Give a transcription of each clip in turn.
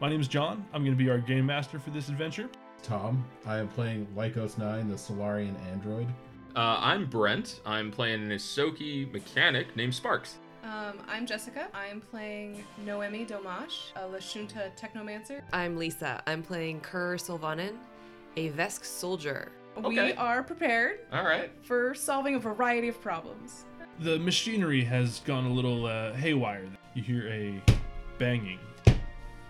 My name is John. I'm going to be our game master for this adventure. Tom, I am playing Lycos 9, the Solarian android. Uh, I'm Brent. I'm playing an Isoki mechanic named Sparks. Um, I'm Jessica. I'm playing Noemi Domash, a Lashunta technomancer. I'm Lisa. I'm playing Kerr Sylvanan, a Vesk soldier. We Okay. are prepared All right. for solving a variety of problems. The machinery has gone a little uh, haywire. You hear a banging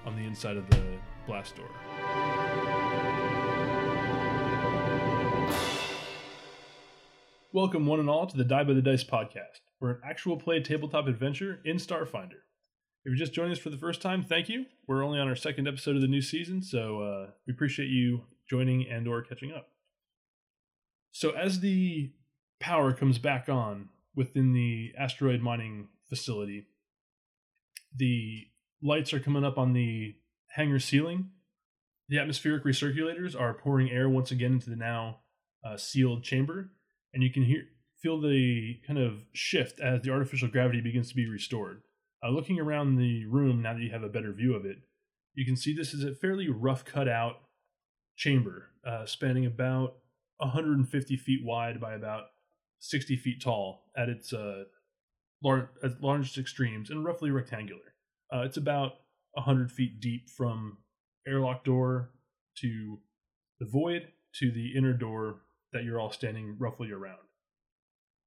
on the inside of the blast door. Welcome, one and all, to the Die by the Dice podcast. We're an actual play tabletop adventure in Starfinder. If you're just joining us for the first time, thank you. We're only on our second episode of the new season, so uh, we appreciate you joining and/or catching up. So, as the power comes back on within the asteroid mining facility. The lights are coming up on the hangar ceiling. The atmospheric recirculators are pouring air once again into the now uh, sealed chamber, and you can hear feel the kind of shift as the artificial gravity begins to be restored. Uh, looking around the room now that you have a better view of it, you can see this is a fairly rough cut out chamber, uh, spanning about 150 feet wide by about 60 feet tall at its uh, lar- at largest extremes and roughly rectangular. Uh, it's about 100 feet deep from airlock door to the void to the inner door that you're all standing roughly around.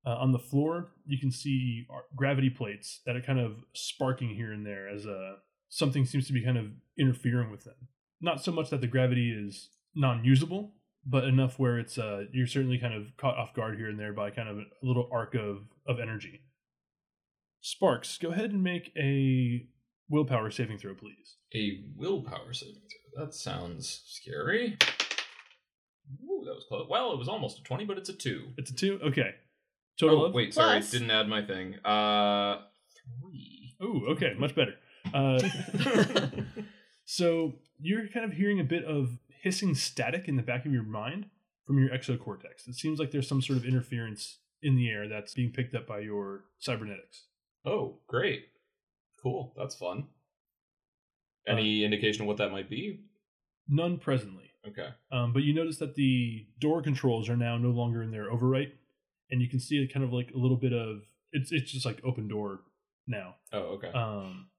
Uh, on the floor, you can see ar- gravity plates that are kind of sparking here and there as uh, something seems to be kind of interfering with them. Not so much that the gravity is non usable, but enough where it's uh you're certainly kind of caught off guard here and there by kind of a little arc of of energy. Sparks, go ahead and make a willpower saving throw, please. A willpower saving throw. That sounds scary. Ooh, that was close. Well, it was almost a 20, but it's a 2. It's a two. Okay. Total. Oh, of- wait, sorry. Plus. Didn't add my thing. Uh, 3. Ooh, okay, much better. Uh, so you're kind of hearing a bit of hissing static in the back of your mind from your exocortex. It seems like there's some sort of interference in the air that's being picked up by your cybernetics. oh, great. Cool. That's fun. Uh, Any indication of what that might be? None presently. Okay. Um, but you notice that the door controls are now no longer in their overwrite, and you can see a kind of like a little bit of it's it's just like open door now, Oh, okay. um,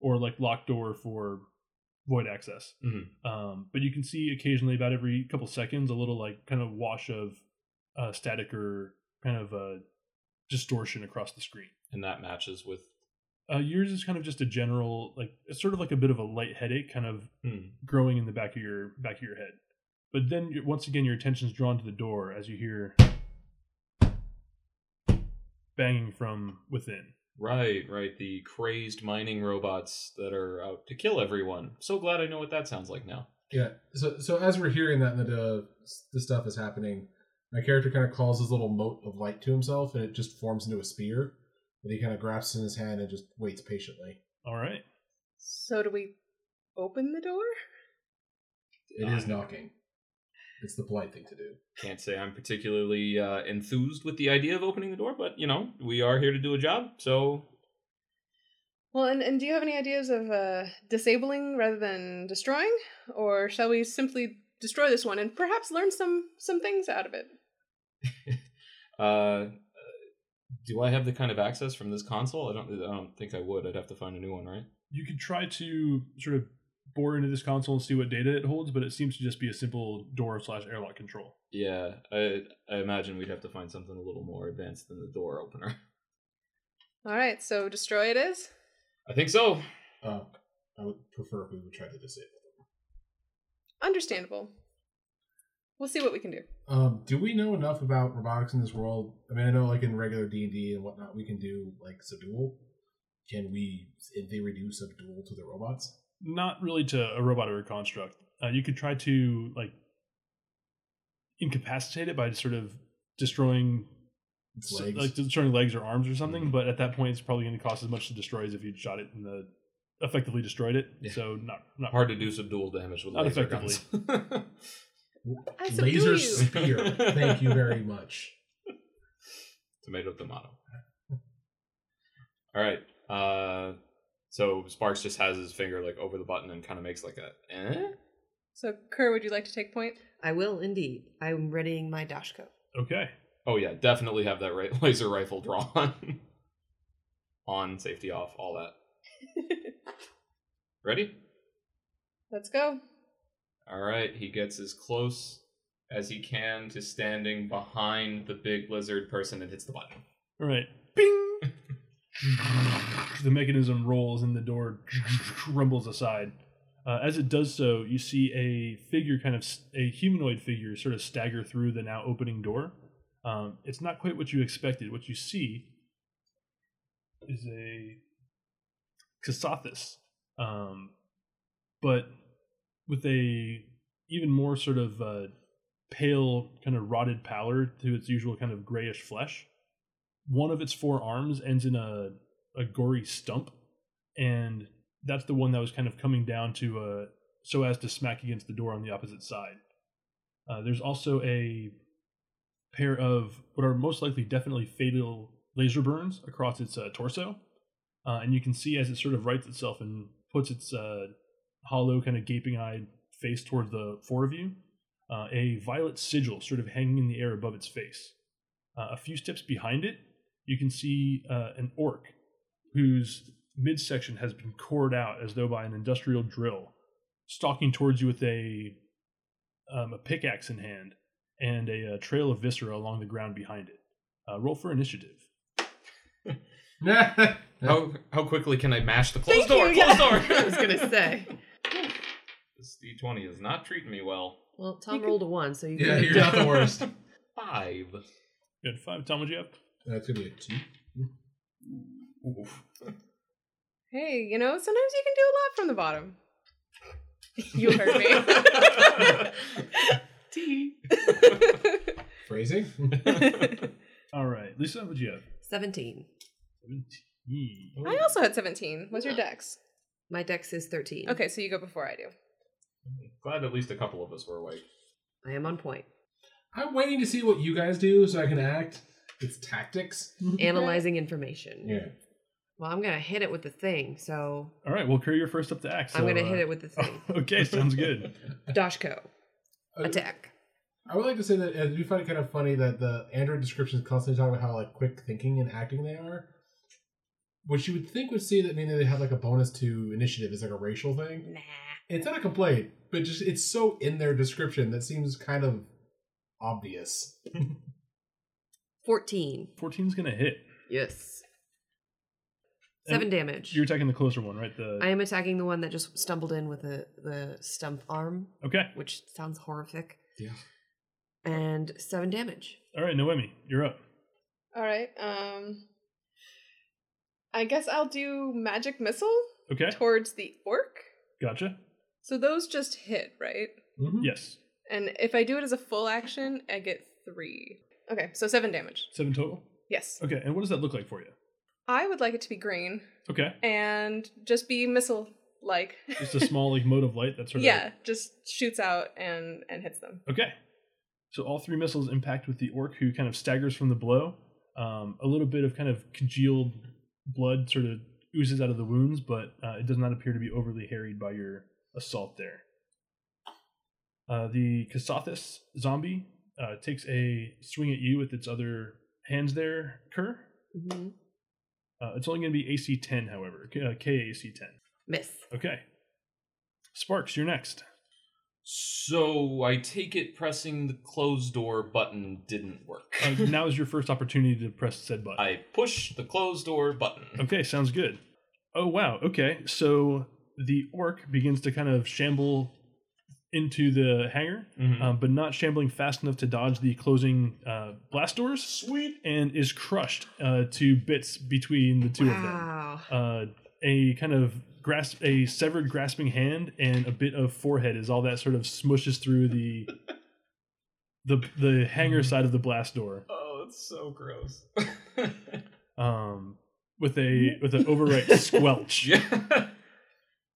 or like locked door for void access. Mhm. Um, but you can see occasionally, about every couple seconds, a little like kind of wash of uh, static or kind of uh, distortion across the screen. and that matches with. Uh, yours is kind of just a general like it's sort of like a bit of a light headache kind of Hmm. growing in the back of your back of your head. But then you- once again, your attention's drawn to the door as you hear banging from within. Right, right. The crazed mining robots that are out to kill everyone. So glad I know what that sounds like now. Yeah. So so as we're hearing that and the the stuff is happening, my character kind of calls his little mote of light to himself, and it just forms into a spear. And he kind of grasps in his hand and just waits patiently. All right, So, do we open the door? It is knocking. It's the polite thing to do. Can't say I'm particularly uh, enthused with the idea of opening the door, but you know, we are here to do a job, so Well, and, and do you have any ideas of uh, disabling rather than destroying? Or shall we simply destroy this one and perhaps learn some some things out of it? Uh, do I have the kind of access from this console? I don't. I don't think I would. I'd have to find a new one, right? you could try to sort of bore into this console and see what data it holds, but it seems to just be a simple door slash airlock control. Yeah, I I imagine we'd have to find something a little more advanced than the door opener. All right, so destroy it is. I think so. Uh, I would prefer if we would try to disable them. Understandable. We'll see what we can do. Um, do we know enough about robotics in this world? I mean, I know like in regular D and D and whatnot, we can do like subdual. Can we, in theory, do subdual to the robots? Not really to a robot or a construct. Uh, you could try to like incapacitate it by sort of destroying Its So, legs. like destroying legs or arms or something. Mhm. But at that point, it's probably going to cost as much to destroy as if you shot it and the effectively destroyed it. Yeah. So not not Hard to do some dual damage with Not laser effectively. guns. I subdue Laser you. spear. Thank you very much. tomato, tomato. All right. Uh, So Sparks just has his finger like over the button and kind of makes like a eh? So, Kerr, would you like to take point? I will indeed. I'm readying my dashko. Okay. Oh yeah, definitely have that right laser rifle drawn. On, safety off, all that. Ready? Let's go. All right, he gets as close as he can to standing behind the big lizard person and hits the button. All right. Bing. the mechanism rolls and the door rumbles aside. Uh, as it does so, you see a figure, kind of s- a humanoid figure, sort of stagger through the now opening door. Um, it's not quite what you expected. What you see is a Kasathis, um, but with a even more sort of uh, pale, kind of rotted pallor to its usual kind of grayish flesh one of its four arms ends in a a gory stump, and that's the one that was kind of coming down to uh so as to smack against the door on the opposite side. Uh, there's also a pair of what are most likely definitely fatal laser burns across its uh, torso, uh, and you can see as it sort of rights itself and puts its uh, hollow, kind of gaping-eyed face toward the four of you, uh, a violet sigil sort of hanging in the air above its face. Uh, a few steps behind it, you can see uh, an orc whose midsection has been cored out as though by an industrial drill, stalking towards you with a um, a pickaxe in hand and a, uh trail of viscera along the ground behind it. Uh, roll for initiative. How how quickly can I mash the closed Thank door? you, yeah. closed door. I was gonna say. This D twenty is not treating me well. Well, Tom You rolled a one, so you yeah, can- you're not the worst. Five. You had five. Tom, what you have? That's gonna be a two. Oof. Hey, you know, sometimes you can do a lot from the bottom. you heard me. Phrasing? All right, Lisa, what you have? 17. Seventeen. I also had 17. What's your dex? My dex is 13. Okay, so you go before I do. Glad at least a couple of us were awake. I am on point. I'm waiting to see what you guys do so I can act. It's tactics. Analyzing information. Yeah. Well, I'm going to hit it with the thing, so, All right, well, Courier first up to axe. uh, I'm going to hit it with the thing. okay, sounds good. Dashko. Oh. Uh, Attack. I would like to say that uh, I do find it kind of funny that the Android descriptions constantly talk about how like quick thinking and acting they are. Which you would think would see that mean that they have like a bonus to initiative is like a racial thing. Nah. It's not a complaint, but just it's so in their description that seems kind of obvious. 14. 14's going to hit. Yes. Seven And damage. You're attacking the closer one, right? The I am attacking the one that just stumbled in with the, the stump arm, Okay. which sounds horrific. Yeah. And seven damage. All right, Noemi, you're up. All right. Um I guess I'll do magic missile Okay. towards the orc. Gotcha. So those just hit, right? Mhm. Yes. And if I do it as a full action, I get 3. Okay, so 7 damage. Seven total. Yes. Okay, and what does that look like for you? I would like it to be green Okay, and just be missile like. just a small like mode of light that sort of yeah, just shoots out and and hits them. Okay, so all three missiles impact with the orc who kind of staggers from the blow. Um, a little bit of kind of congealed blood sort of oozes out of the wounds, but uh, it does not appear to be overly harried by your assault there. Uh, the Kasathis zombie uh, takes a swing at you with its other hands there, Kerr. hmm Uh, it's only going to be AC 10, however, K- uh, KAC 10. Miss. Okay. Sparks, you're next. So I take it pressing the closed door button didn't work. Uh, now is your first opportunity to press said button. I push the closed door button. Um, Okay, sounds good. Oh wow. Okay, so the orc begins to kind of shamble into the hangar, mm-hmm. Mhm. um, but not shambling fast enough to dodge the closing uh, blast doors. Sweet. And is crushed uh, to bits between the two of them. Wow. uh, a kind of grasp, a severed grasping hand, and a bit of forehead is all that sort of smushes through the the the hanger side of the blast door. Oh, it's so gross. Um, with a with an overripe squelch. yeah.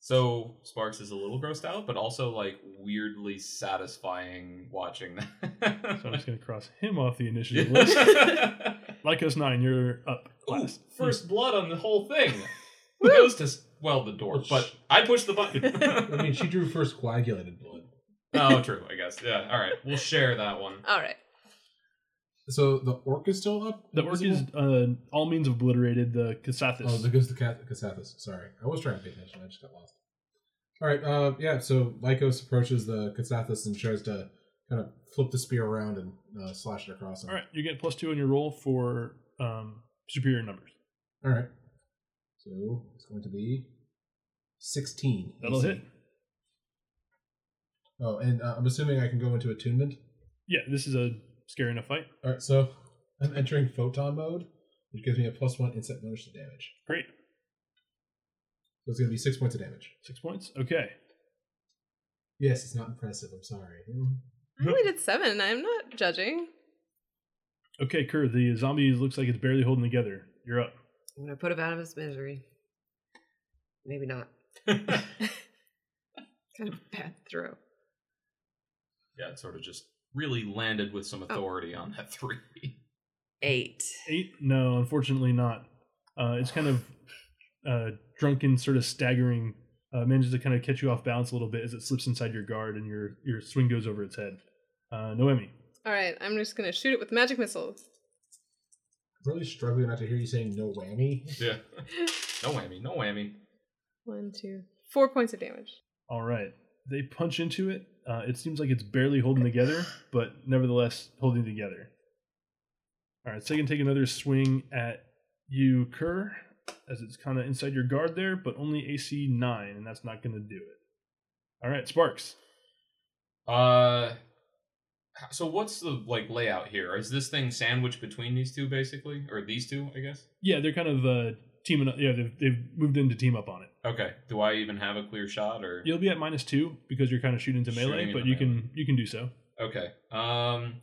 So Sparks is a little grossed out, but also like weirdly satisfying watching that. So I'm just gonna cross him off the initiative list. Yeah. Like us nine, you're up Ooh, last. first blood on the whole thing. The ghost has, well, the door, Well, but sh- I pushed the I button. mean, she drew first coagulated blood. oh, true, I guess. Yeah, all right. We'll share that one. All right. So the orc is still up. The orc is uh, all means obliterated. The Kasathis. Oh, the goes the cat Casathus. Sorry, I was trying to pay attention. I just got lost. All right. Uh, yeah. So Lycos approaches the Casathus and tries to kind of flip the spear around and uh, slash it across him. all right, you get plus two on your roll for um, superior numbers. All right. So it's going to be sixteen. That'll AC. hit. Oh, and uh, I'm assuming I can go into attunement. Yeah, this is a scary enough fight. All right. So I'm entering photon mode, which gives me a plus one instant bonus to damage. Great. So it's going to be six points of damage. Six points. Okay. Yes, it's not impressive. I'm sorry. I only did seven. I'm not judging. Okay, Kerr, the zombie looks like it's barely holding together. You're up. I'm gonna put him out of his misery. Maybe not. yeah, Kind of a bad throw. it sort of just really landed with some authority on that three. Eight. Eight? No, unfortunately not. Uh, it's kind of uh, drunken, sort of staggering. Uh, manages to kind of catch you off balance a little bit as it slips inside your guard and your your swing goes over its head. Uh, Noemi. All right. I'm just gonna shoot it with magic missile. really struggling not to hear you saying no whammy. Yeah. No whammy, no whammy. One, two, four points of damage. All right. They punch into it. Uh, it seems like it's barely holding together, but nevertheless holding together. All right, so they can take another swing at you, Kerr, as it's kind of inside your guard there, but only AC 9, and that's not going to do it. All right, Sparks. Uh, h- so what's the like layout here? Is this thing sandwiched between these two, basically, or these two? I guess. Yeah, they're kind of uh, teaming up. Yeah, they've, they've moved in to team up on it. Okay. Do I even have a clear shot, or You'll be at minus 2 because you're kind of shooting to melee, Shooting into but you melee. can you can do so. Okay. Um,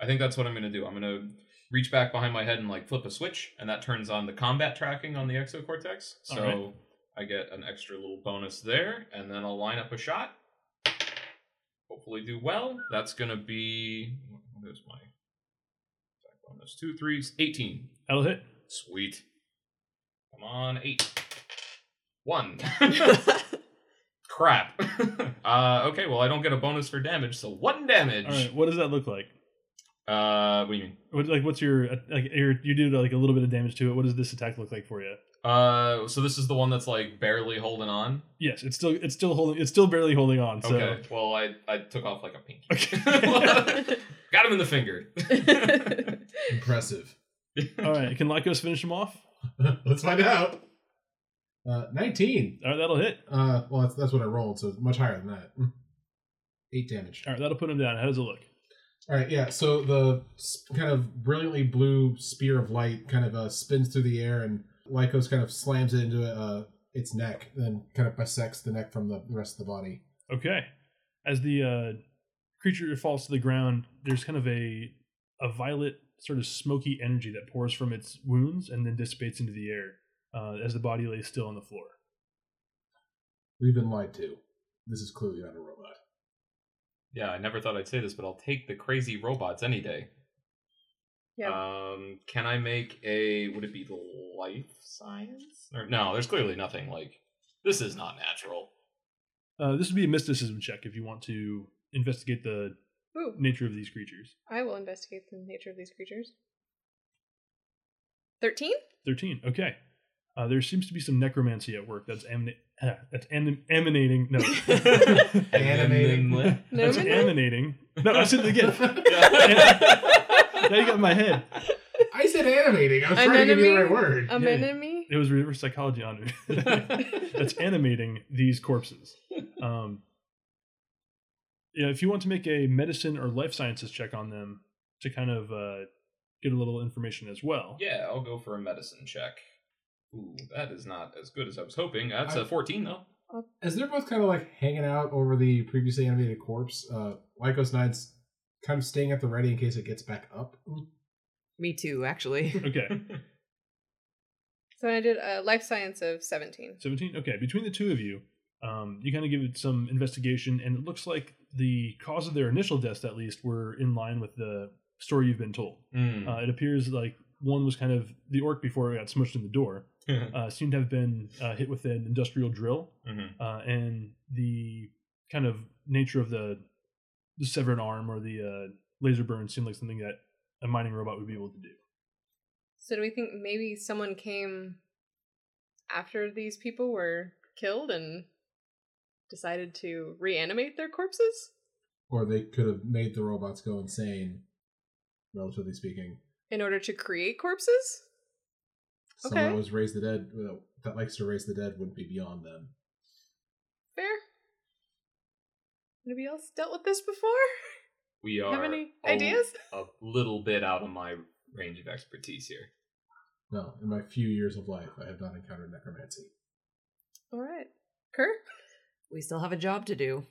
I think that's what I'm gonna do. I'm gonna reach back behind my head and like flip a switch, and that turns on the combat tracking on the exocortex. All So I get an extra little bonus there, and then I'll line up a shot. Hopefully, do well. That's gonna be what is my attack bonus? Two, threes, eighteen. That'll hit. Sweet. Come on, eight. One. Crap. uh, okay, well, I don't get a bonus for damage, so one damage. All right, what does that look like? Uh, what do you mean? What, like, what's your uh, like? Your, you do like a little bit of damage to it. What does this attack look like for you? Uh, so this is the one that's like barely holding on. Yes, it's still it's still holding it's still barely holding on. So Okay. Well, I I took off like a pinky. Okay. Got him in the finger. Impressive. all right, can Lycos finish him off? Let's find out. Uh, 19. All right, that'll hit. Uh, well, that's, that's what I rolled, so much higher than that. Eight damage. All right, that'll put him down. How does it look? All right, yeah. So the s- kind of brilliantly blue spear of light kind of uh, spins through the air, and Lycos kind of slams it into uh, its neck, and kind of bisects the neck from the rest of the body. Okay, as the uh, creature falls to the ground, there's kind of a a violet sort of smoky energy that pours from its wounds and then dissipates into the air uh, as the body lays still on the floor. We've been lied to. This is clearly not a robot. yeah, I never thought I'd say this, but I'll take the crazy robots any day. yeah. Um, can I make a? Would it be life science? Or no? There's clearly nothing like this. Is not natural. Uh, this would be a mysticism check if you want to investigate the Ooh, nature of these creatures. I will investigate the nature of these creatures. Thirteen. 13. Okay. Uh, there seems to be some necromancy at work that's, emana- uh, that's em- emanating. No. Animating. that's Nominating? emanating. No, I said it again. Now you got in my head. I said animating. I was An trying to give you the enemy- Oh. right word. A Yeah. enemy. It was reverse psychology on it. that's animating these corpses. Um, yeah, if you want to make a medicine or life sciences check on them to kind of uh, get a little information as well. Yeah, I'll go for a medicine check. Ooh, that is not as good as I was hoping. That's a 14, though. As they're both kind of like hanging out over the previously animated corpse, uh, Lycos Nine's kind of staying at the ready in case it gets back up. Me too, actually. Okay. So I did a life science of seventeen. 17 okay between the two of you um, you kind of give it some investigation and it looks like the cause of their initial deaths at least were in line with the story you've been told Mm. uh, it appears like One was kind of the orc before it got smushed in the door uh, seemed to have been uh, hit with an industrial drill, Mhm. uh, and the kind of nature of the the severed arm or the uh, laser burn seemed like something that a mining robot would be able to do. So do we think maybe someone came after these people were killed and decided to reanimate their corpses Or they could have made the robots go insane, relatively speaking. in order to create corpses? Someone Okay. that was raised the dead well, that likes to raise the dead wouldn't be beyond them. Fair. Anybody else dealt with this before? We are Have any a- ideas? a little bit out of my range of expertise here. No, in my few years of life, I have not encountered necromancy. All right. Kerr? We still have a job to do.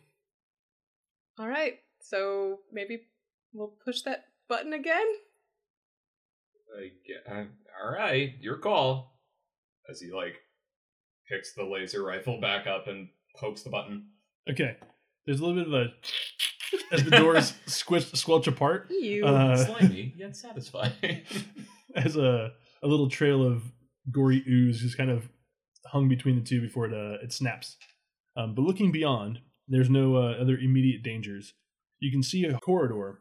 All right. So maybe we'll push that button again? I ge- I- all right, your call. As he like picks the laser rifle back up and pokes the button. Okay, there's a little bit of a as the doors squish, squelch apart You. Uh. Slimy yet satisfying. as a a little trail of gory ooze just kind of hung between the two before it uh, it snaps. Um, but looking beyond, there's no uh, other immediate dangers. You can see a corridor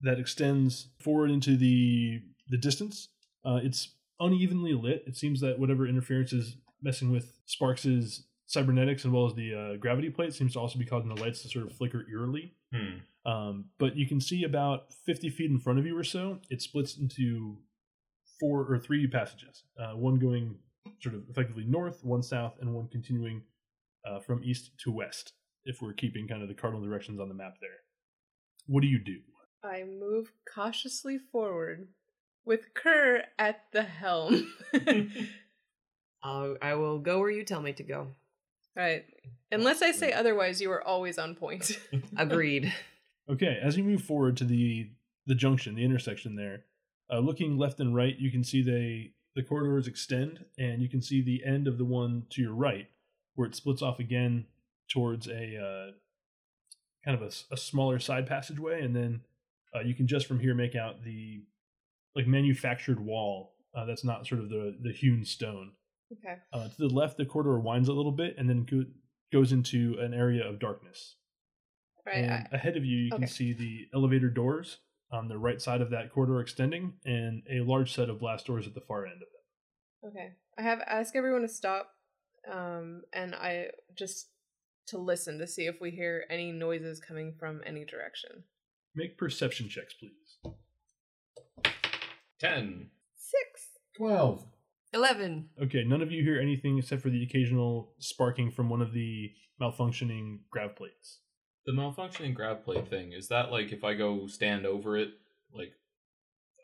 that extends forward into the the distance. Uh, it's unevenly lit. It seems that whatever interference is messing with Sparks's cybernetics as well as the uh, gravity plate seems to also be causing the lights to sort of flicker eerily. hmm. Um, but you can see about 50 feet in front of you or so, it splits into four or three passages, uh, one going sort of effectively north, one south, and one continuing uh, from east to west, if we're keeping kind of the cardinal directions on the map there. What do you do? I move cautiously forward with Kerr at the helm. I'll, I will go where you tell me to go. Right. Unless I say otherwise, you are always on point. Agreed. Okay, as you move forward to the the junction, the intersection there, uh, looking left and right, you can see they the corridors extend, and you can see the end of the one to your right, where it splits off again towards a uh, kind of a s- a, smaller side passageway, and then uh, you can just from here make out the like manufactured wall uh, that's not sort of the the hewn stone. okay. Uh, to the left, the corridor winds a little bit, and then go, goes into an area of darkness. Right. And I, ahead of you, you okay. can see the elevator doors on the right side of that corridor extending, and a large set of blast doors at the far end of them. okay. I have ask everyone to stop, um, and I just to listen to see if we hear any noises coming from any direction. Make perception checks, please. Ten. Six. Twelve. 11. Okay, none of you hear anything except for the occasional sparking from one of the malfunctioning grav plates. The malfunctioning grab plate thing is that like if I go stand over it, like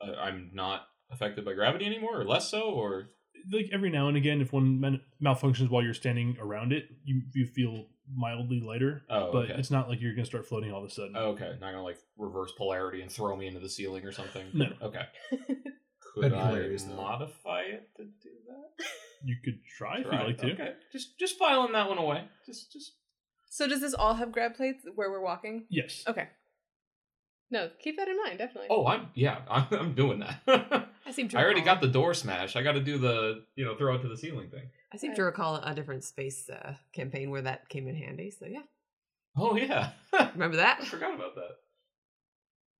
I, I'm not affected by gravity anymore, or less so, or Like every now and again, if one man- malfunctions while you're standing around it, you, you feel mildly lighter, oh, but okay, it's not like you're going to start floating all of a sudden. oh, okay, not gonna like reverse polarity and throw me into the ceiling or something. No. okay. Could That'd be I hilarious, though. modify it to do that? You could try if Right, you'd like to. Okay, just just filing that one away. Just just So does this all have grab plates where we're walking? Yes. Okay. No, keep that in mind. Definitely. oh, I'm yeah, I'm, I'm doing that. I seem to I already recall- got the door smash. I got to do the you know throw it to the ceiling thing. I seem to recall a different space uh, campaign where that came in handy. So yeah, Oh yeah, remember that? I forgot about that.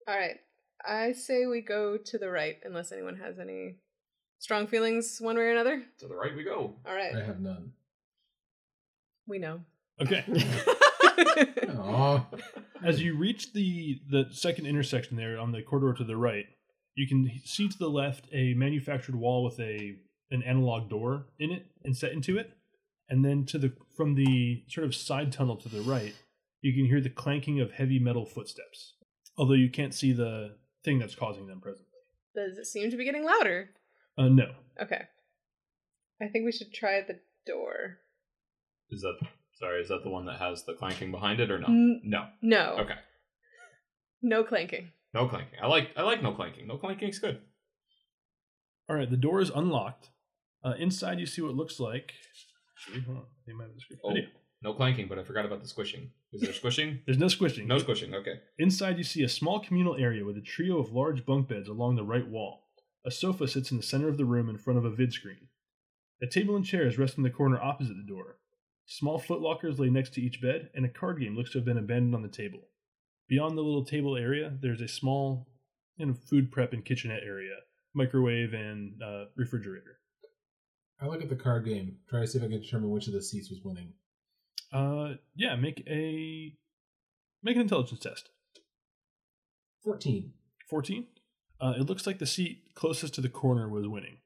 All right. I say we go to the right, unless anyone has any strong feelings one way or another. To the right we go. All right. I have none. We know. Okay. Aw. As you reach the the second intersection there on the corridor to the right, you can see to the left a manufactured wall with a an analog door in it and set into it, and then to the from the sort of side tunnel to the right, you can hear the clanking of heavy metal footsteps. Although you can't see the thing that's causing them presently. Does it seem to be getting louder? Uh, no, Okay. I think we should try the door. Is that sorry? Is that the one that has the clanking behind it or no? Mm. No. No. Okay. No clanking. No clanking. I like I like no clanking. No clanking's good. All right, the door is unlocked. Uh, inside, you see what looks like. Actually, hold on, they might have a description. Oh, I do. no clanking. But I forgot about the squishing. Is there squishing? There's no squishing. No squishing. Okay. Inside, you see a small communal area with a trio of large bunk beds along the right wall. A sofa sits in the center of the room in front of a vid screen. A table and chairs rest in the corner opposite the door. Small footlockers lay next to each bed, and a card game looks to have been abandoned on the table. Beyond the little table area, there's a small you know, food prep and kitchenette area, microwave and uh, refrigerator. I look at the card game, try to see if I can determine which of the seats was winning. Uh, yeah, make a make an intelligence test. 14. 14. Uh, it looks like the seat closest to the corner was winning.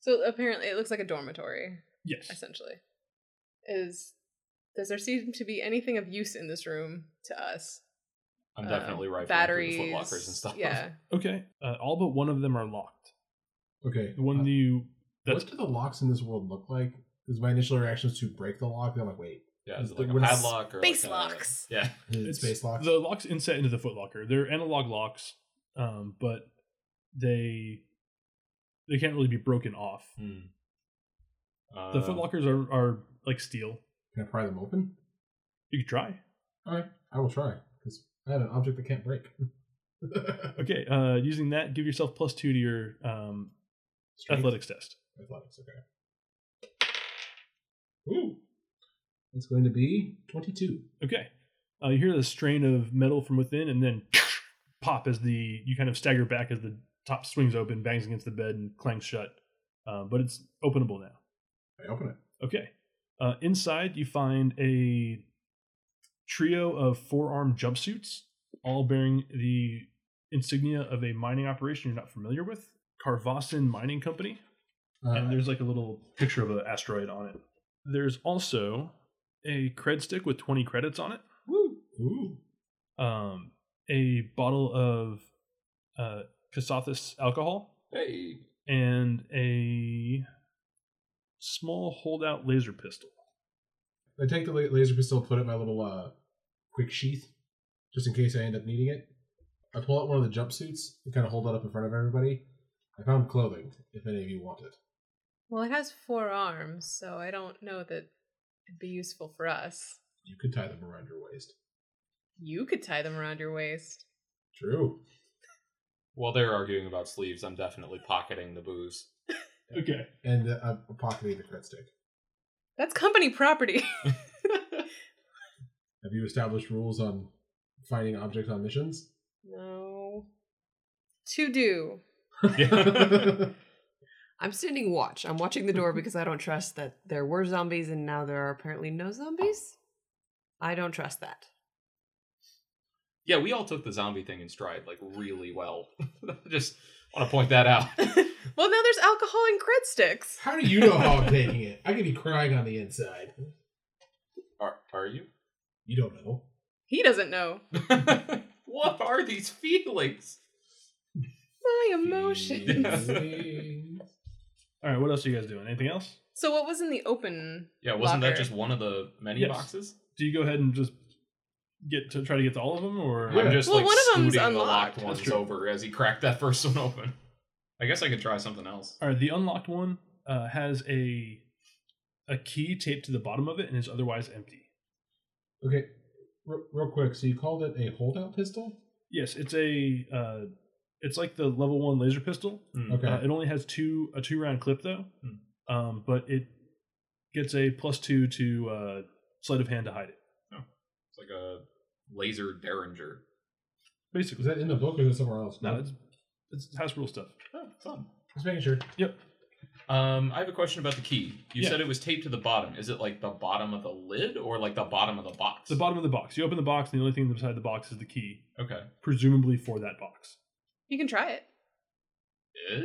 So apparently, it looks like a dormitory. Yes. Essentially, is does there seem to be anything of use in this room to us? I'm Uh, definitely right. Batteries, the footlockers and stuff. Yeah, Okay. Uh, all but one of them are locked. Okay. The one uh, you that's what do the locks in this world look like? Because my initial reaction was to break the lock, and I'm like, wait, yeah. Is it It's like like a when a padlock or like space a- locks. Yeah. is it It's- space locks? The locks inset into the footlocker. They're analog locks, um, but they they can't really be broken off. Hmm. Uh, The footlockers are are like steel. Can I pry them open? You could try. All right, I will try because I have an object that can't break. Okay. Uh, using that, give yourself plus two to your um, Strength? athletics test. Athletics, okay. Ooh, it's going to be twenty-two. Okay. Uh, you hear the strain of metal from within, and then pop as the you kind of stagger back as the top swings open, bangs against the bed, and clangs shut. Uh, but it's openable now. I open it. Okay. Uh, inside, you find a trio of four-armed jumpsuits, all bearing the insignia of a mining operation you're not familiar with, Carvasin Mining Company. Uh, and there's like a little picture of an asteroid on it. There's also a cred stick with 20 credits on it, woo, ooh, um, a bottle of uh, Casathus alcohol, hey. and a small holdout laser pistol. I take the la- laser pistol, put it in my little uh, quick sheath, just in case I end up needing it. I pull out one of the jumpsuits and kind of hold it up in front of everybody. I found clothing, if any of you want it. Well, it has four arms, so I don't know that it'd be useful for us. You could tie them around your waist. You could tie them around your waist. True. While they're arguing about sleeves, I'm definitely pocketing the booze. Okay. And uh, I'm pocketing the cred stick. That's company property. Have you established rules on finding objects on missions? no. To do. I'm standing watch. I'm watching the door because I don't trust that there were zombies and now there are apparently no zombies. I don't trust that. Yeah, we all took the zombie thing in stride like really well. Just want to point that out. well, now there's alcohol and cred sticks. How do you know how I'm taking it? I could be crying on the inside. Are are you? You don't know. He doesn't know. what are these feelings? My emotions. All right. What else are you guys doing? Anything else? so, what was in the open? Yeah, wasn't that locker? just one of the many Yes. boxes? Do you go ahead and just get to try to get to all of them, or Yeah. I'm just Well, like one of them's scooting the unlocked. locked That's ones true. over as he cracked that first one open. I guess I could try something else. All right, the unlocked one uh, has a a key taped to the bottom of it and is otherwise empty. Okay, re- real quick. So you called it a holdout pistol? Yes, it's a uh, it's like the level one laser pistol. Hmm. Okay. Uh, it only has two a two round clip though, Hmm. um, but it gets a plus two to uh, sleight of hand to hide it. It's like a laser derringer. Was Basically, that in the book or is it somewhere else? no, it's it's house rule stuff. Oh, fun. just making sure. Yep, Um, I have a question about the key. You Yeah. said it was taped to the bottom. Is it like the bottom of the lid or like the bottom of the box? the bottom of the box. You open the box, and the only thing inside the box is the key, Okay. presumably for that box. You can try it. Eh?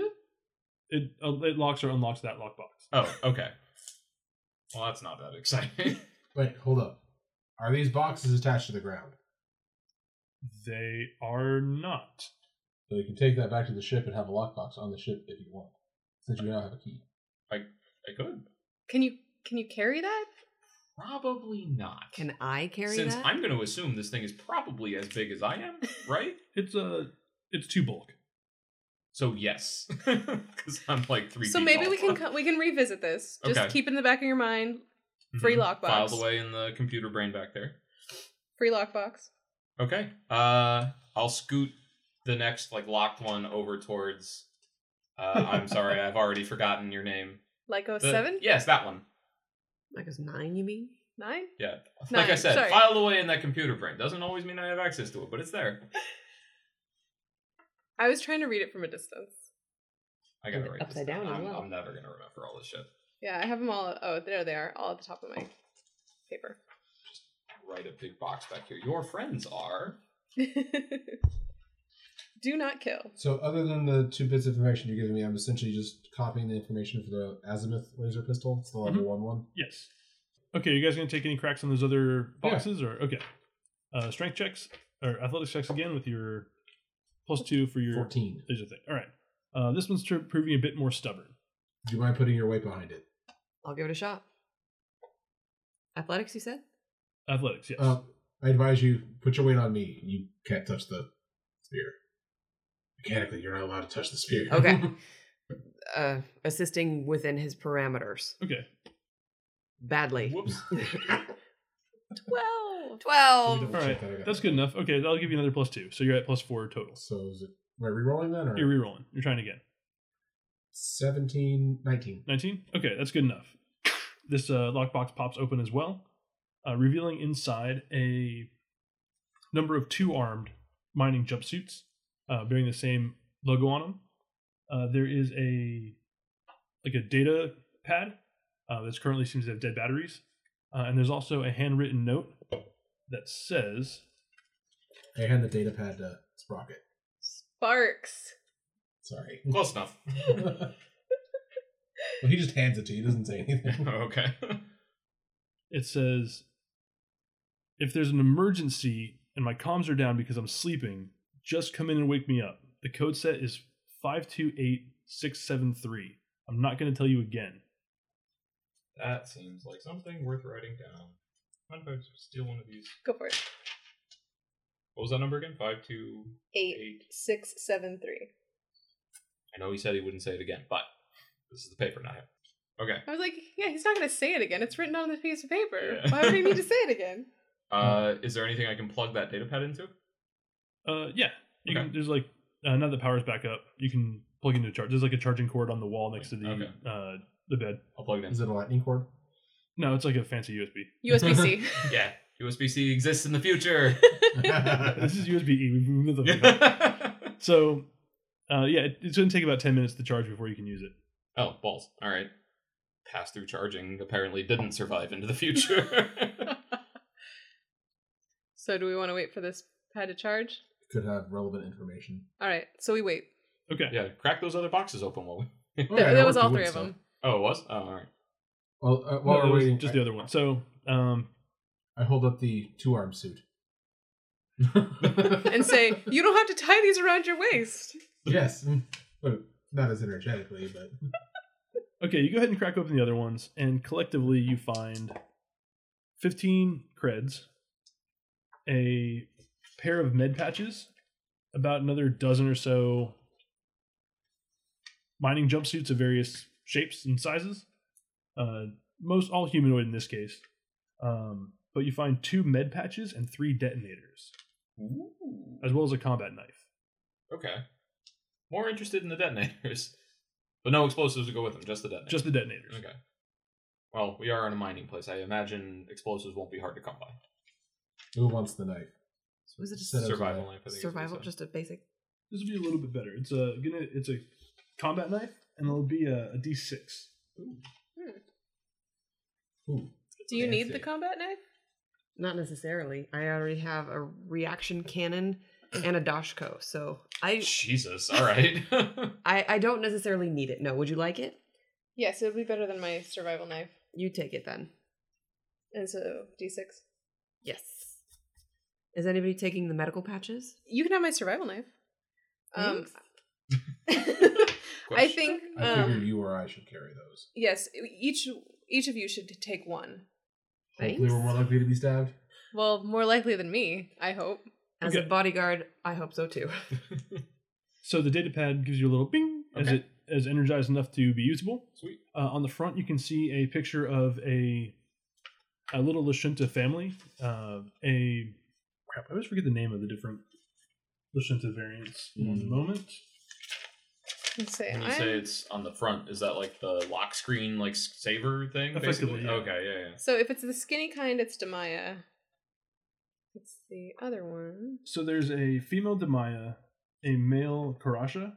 It uh, it locks or unlocks that lock box. Oh, okay. Well, that's not that exciting. Wait, hold up. Are these boxes attached to the ground? They are not. So you can take that back to the ship and have a lockbox on the ship if you want, since you now have a key. I could Can you can you carry that? probably not. Can I carry Since that? I'm going to assume this thing is probably as big as I am, right? It's a it's too bulk. So yes, because I'm like three. So feet maybe tall. we can co- we can revisit this. Just Okay. keep it in the back of your mind. free lockbox. Mm-hmm. filed away in the computer brain back there. Free lockbox. Okay. Uh, I'll scoot the next like locked one over towards Uh, I'm sorry, I've already forgotten your name. Like oh The- seven? Yes, that one. Like it's nine, you mean? Nine? Yeah. like I Nine, said, sorry. filed away in that computer brain. Doesn't always mean I have access to it, but it's there. I was trying to read it from a distance. I gotta And write upside this down. down as I'm, well. I'm never gonna remember all this shit. Yeah, I have them all. Oh, there they are, all at the top of my paper. Write a big box back here. Your friends are. Do not kill. So, other than the two bits of information you're giving me, I'm essentially just copying the information for the azimuth laser pistol. It's the level Mm-hmm. one one. Yes. Okay, you guys gonna take any cracks on those other boxes or okay? Uh, strength checks or athletics checks again with your plus two for your Fourteen. laser thing. All right. Uh, this one's tr- proving a bit more stubborn. Do you mind putting your weight behind it? I'll give it a shot. Athletics, you said? Athletics, yes. Uh, I advise you put your weight on me. You can't touch the spear. Mechanically, you're not allowed to touch the spear. Okay. uh, assisting within his parameters. okay. Badly. Whoops. Twelve. 12. Um, All right. that I got That's it. good enough. Okay, that'll give you another plus two. So you're at plus four total. So, is it, am I rerolling then? Or You're rerolling. You're trying again. 17, 19. 19? Okay, that's good enough. This uh, lockbox pops open as well, uh, revealing inside a number of two armed mining jumpsuits uh, bearing the same logo on them. Uh, there is a like a data pad uh, that currently seems to have dead batteries, uh, and there's also a handwritten note that says, I hand the data pad to Sprocket. Sparks. Sorry. Close enough. well, he just hands it to you. He doesn't say anything. okay. it says, if there's an emergency and my comms are down because I'm sleeping, just come in and wake me up. The code set is 528673. I'm not going to tell you again. That seems like something worth writing down. Mind if I just steal one of these? Go for it. What was that number again? Five two Eight, eight. six, seven, three. I know he said he wouldn't say it again, but this is the paper, not him. Okay. I was like, yeah, he's not gonna say it again. It's written on this piece of paper. Yeah. Why would he need to say it again? Uh, is there anything I can plug that data pad into? Uh, yeah, you Okay. can, there's like uh, now that power's back up, you can plug into a charge. There's like a charging cord on the wall next to the Okay. uh, the bed. I'll plug it in. Is it a lightning cord? No, it's like a fancy USB. USB C. yeah, USB C exists in the future. this is USB E. We've moved the oh so, uh, yeah, it, it's going to take about ten minutes to charge before you can use it. Oh, balls! All right, pass through charging apparently didn't survive into the future. so do we want to wait for this pad to charge? Could have relevant information. All right. So we wait. Okay. yeah, crack those other boxes open while we. Oh, Th- yeah, that was we're all doing three of stuff. them. Oh, it was. Oh, all right. Well, uh, No, while that we're was waiting, just I, the other one. So, um, I hold up the two arm suit. And say, you don't have to tie these around your waist. yes. Well, not as energetically, but Okay, you go ahead and crack open the other ones, and collectively you find 15 creds, a pair of med patches, about another dozen or so mining jumpsuits of various shapes and sizes. Uh, most all humanoid in this case. Um, but you find two med patches and three detonators, Ooh. as well as a combat knife. Okay. More interested in the detonators, but no explosives to go with them. Just the detonators. Just the detonators. okay. Well, we are in a mining place. I imagine explosives won't be hard to come by. who wants the knife? Was it just Set up the Survival knife. lamp. I think is what Survival, it said. just a basic. This will be a little bit better. It's a gonna it's a combat knife, and it'll be a a d6. Ooh, Do you need the Fancy. combat knife? Not necessarily. I already have a reaction cannon and a Doshko, so I, Jesus. All right. I I don't necessarily need it. No, would you like it? Yes, it would be better than my survival knife. You take it then. And so D6. Yes. Is anybody taking the medical patches? You can have my survival knife. Um, Thanks. I think I figure um, you or I should carry those. yes, each each of you should take one. Hopefully, we're more likely to be stabbed. Well, more likely than me, I hope. As a Okay. bodyguard, I hope so too. So the data pad gives you a little bing as Okay. it as energized enough to be usable. Sweet. Uh, on the front, you can see a picture of a a little Lashunta family. Uh, a crap, I always forget the name of the different Lashunta variants. One Mm. moment. and say, When you I'm, say it's on the front, is that like the lock screen like s- saver thing? Effectively, Basically, yeah. okay, yeah, yeah. So if it's the skinny kind, it's Demaya. It's the other one. So there's a female Demaya, a male Karasha,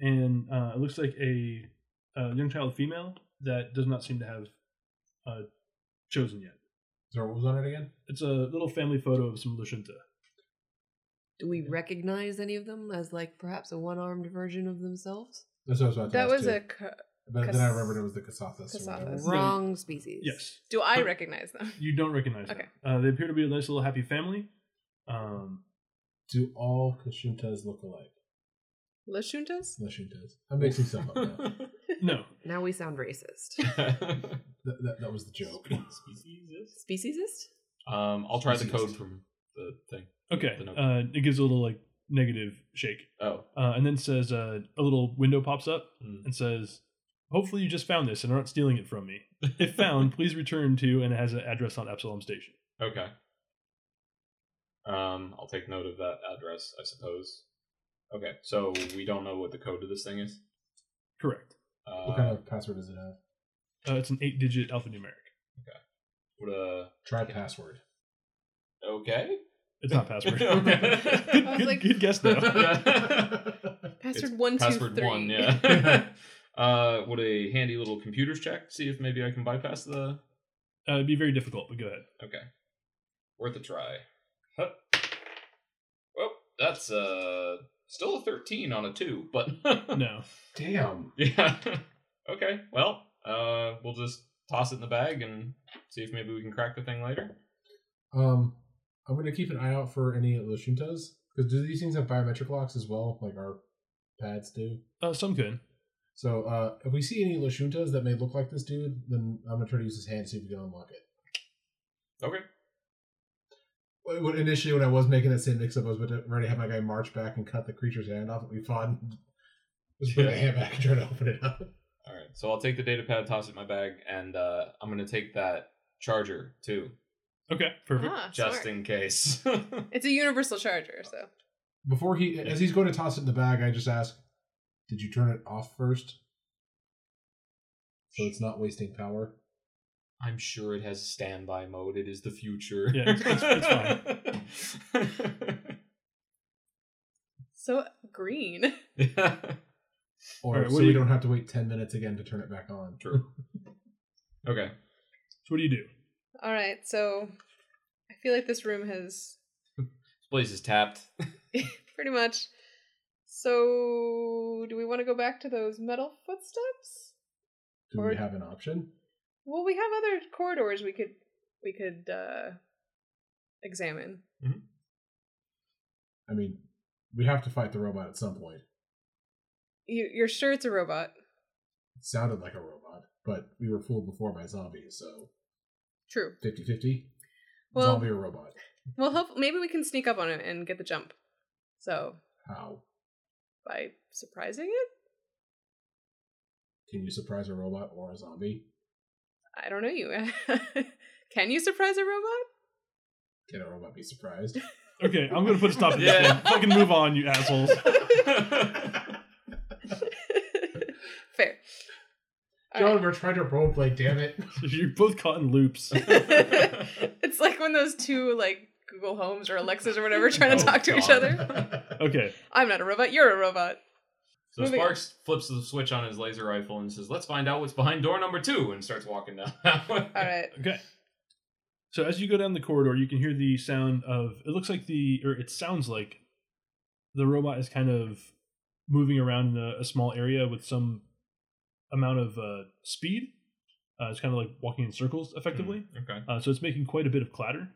and uh, it looks like a, a young child female that does not seem to have uh, chosen yet. Sorry, what was on it again? It's a little family photo of some Lushinta. Do we recognize any of them as like perhaps a one-armed version of themselves? That's what I was about to That ask was too. a. ca- But then I cas- remembered it was the Kasathas. or whatever. Kasathas. Wrong species. Yes, Do I But- recognize them? you don't recognize Okay. them. Uh, they appear to be a nice little happy family. Um, Do all Kashuntas look alike? Lashuntas? Lashuntas. I'm mixing stuff up now. no, Now we sound racist. that, that, that was the joke. Speciesist? Speciesist? Um, I'll try the code Speciesist. from the thing. okay. The no- Uh, it gives a little like negative shake, Oh, uh, and then says uh, a little window pops up mm. and says, "Hopefully you just found this and aren't stealing it from me. If found, please return to and it has an address on Epsilon Station." okay. Um, I'll take note of that address, I suppose. Okay, so we don't know what the code to this thing is. Correct. Uh, what kind of password does it have? Uh, it's an eight-digit alphanumeric. What a Try password. okay. It's not password. Okay. good, I was good- like- good guess though. Uh, Password one, two, Password three. one, yeah. uh, would a handy little computers check see if maybe I can bypass the? Uh, it'd be very difficult, but go ahead. Okay, worth a try. Huh. Well, that's uh still a thirteen on a two, but No, Damn. Yeah. okay. Well, uh, we'll just toss it in the bag and see if maybe we can crack the thing later. Um, I'm going to keep an eye out for any Lashuntas. Because do these things have biometric locks as well, like our pads do? uh, some could. So uh, if we see any Lashuntas that may look like this dude, then I'm going to try to use his hand to see if we can unlock it. Okay. When- when- Initially, when I was making that same mix-up, I was about to already have my guy march back and cut the creature's hand off that we fought. And just put my Yeah. hand back and try to open it up. All right. So I'll take the data pad, toss it in my bag, and uh, I'm gonna take that charger too, Okay, perfect. Ah, just smart. in case. It's a universal charger, so. Before he, as he's going to toss it in the bag, I just ask, "Did you turn it off first? So it's not wasting power." I'm sure it has standby mode. It is the future. Yeah, it's- it's- So green. fine. Or Alright, what so do we you- don't have to wait ten minutes again to turn it back on. True. okay. So what do you do? All right, so I feel like this room has This place is tapped. pretty much. So, do we want to go back to those metal footsteps? Do Or- we have an option? Well, we have other corridors we could we could uh examine. I mean, we have to fight the robot at some point. You, you're sure it's a robot? It sounded like a robot, but we were fooled before by zombies, so True. 50-50? Well- zombie or robot? Well, hope maybe we can sneak up on it and get the jump. So How by surprising it, can you surprise a robot or a zombie? I don't know you. can you surprise a robot? Can a robot be surprised? Okay, I'm gonna put a stop to this Yeah. one. Fucking move on, you assholes. Fair. All John, right. we're trying to roleplay. Damn it! You're both caught in loops. It's like when those two like Google Homes or Alexas or whatever are trying to Oh, talk to each God. other. Okay, I'm not a robot. You're a robot. So Moving on. Sparks flips the switch on his laser rifle and says, "Let's find out what's behind door number two and starts walking down. that way. All right. okay. So as you go down the corridor, you can hear the sound of. It looks like the, or it sounds like, the robot is kind of moving around in a, a small area with some amount of uh, speed. Uh, it's kind of like walking in circles, effectively. Mm, Okay. Uh, so it's making quite a bit of clatter.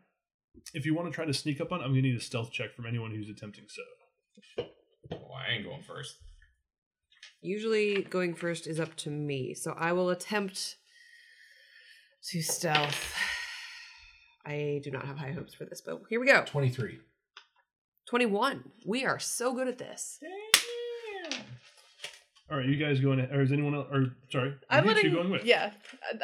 If you want to try to sneak up on, it, I'm gonna need a stealth check from anyone who's attempting so. Well, Oh, I ain't going first. Usually going first is up to me, so I will attempt to stealth. I do not have high hopes for this, but here we go. Twenty-three. 21. We are so good at this. All right, you guys going? Or is anyone else? Or sorry, I'm you two letting going with. yeah,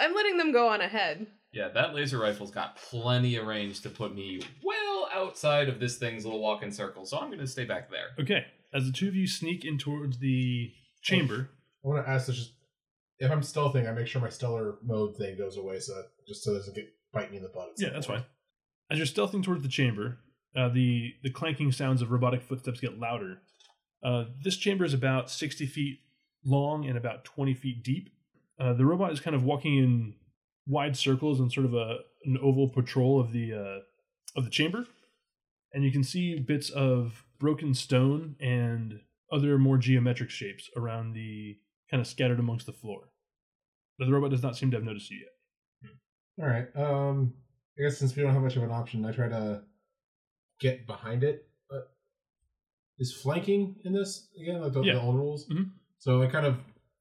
I'm letting them go on ahead. Yeah, that laser rifle's got plenty of range to put me well outside of this thing's little walking circle, so I'm gonna stay back there. Okay. As the two of you sneak in towards the chamber. I want to ask this: just if I'm stealthing, I make sure my stellar mode thing goes away, so that, just so it doesn't get bite me in the butt. at some Yeah, that's point. fine. As you're stealthing towards the chamber, uh, the the clanking sounds of robotic footsteps get louder. Uh, this chamber is about 60 feet long and about 20 feet deep. Uh, the robot is kind of walking in wide circles and sort of a an oval patrol of the uh, of the chamber, and you can see bits of broken stone and other more geometric shapes around the kind of scattered amongst the floor. But the robot does not seem to have noticed you yet. All right. Um, I guess since we don't have much of an option, I try to get behind it. But is flanking in this again like the, Yeah. the old rules? Mhm. So I kind of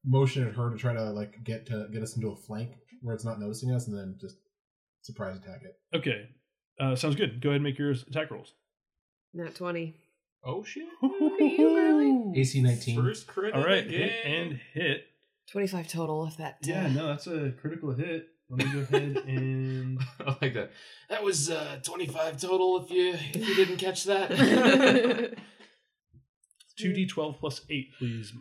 motion at her to try to like get to get us into a flank where it's not noticing us, and then just surprise attack it. Okay. Uh, sounds good. Go ahead and make your attack rolls. Nat 20. Oh shit! Look at you, Marley. AC nineteen. First crit. All right. Of the Hit game. and hit. 25 total, if that. Yeah, no, that's a critical hit. Let me go ahead and. I like that. That was uh, 25 total. If you if you didn't catch that. 2d12 plus 8, please,